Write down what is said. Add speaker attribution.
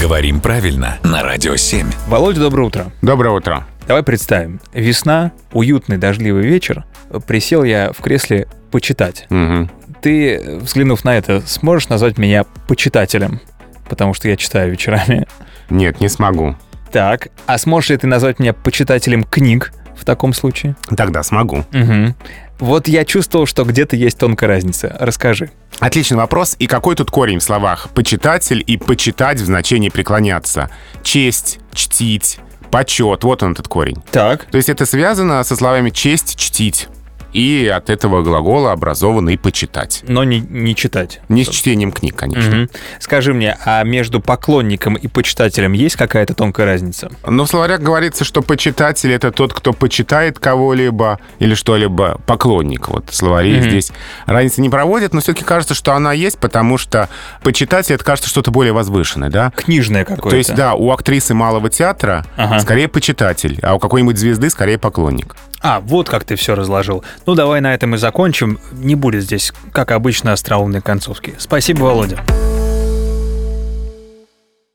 Speaker 1: Говорим правильно на Радио 7.
Speaker 2: Володя, доброе утро.
Speaker 3: Доброе утро.
Speaker 2: Давай представим. Весна, уютный дождливый вечер. Присел я в кресле почитать.
Speaker 3: Мгм.
Speaker 2: Ты, взглянув на это, сможешь назвать меня почитателем? Потому что я читаю вечерами.
Speaker 3: Нет, не смогу.
Speaker 2: Так, а сможешь ли ты назвать меня почитателем книг в таком случае?
Speaker 3: Тогда смогу.
Speaker 2: Угу. Вот я чувствовал, что где-то есть тонкая разница. Расскажи.
Speaker 3: Отличный вопрос. И какой тут корень в словах? Почитатель и почитать в значении преклоняться. Честь, чтить, почет. Вот он этот корень.
Speaker 2: Так.
Speaker 3: То есть это связано со словами честь, чтить. И от этого глагола образовано и почитать.
Speaker 2: Но не, не читать.
Speaker 3: Не с чтением книг, конечно.
Speaker 2: Мгм. Скажи мне, а между поклонником и почитателем есть какая-то тонкая разница?
Speaker 3: Но в словарях говорится, что почитатель — это тот, кто почитает кого-либо или что-либо, поклонник. Вот словари
Speaker 2: Мгм.
Speaker 3: здесь разницы не проводят, но все-таки кажется, что она есть, потому что почитатель — это, кажется, что-то более возвышенное, да?
Speaker 2: Книжная какое-то.
Speaker 3: То есть, да, у актрисы малого театра
Speaker 2: Ага.
Speaker 3: скорее почитатель, а у какой-нибудь звезды скорее поклонник.
Speaker 2: А, вот как ты все разложил. Ну, давай на этом и закончим. Не будет здесь, как обычно, остроумной концовки. Спасибо, Володя.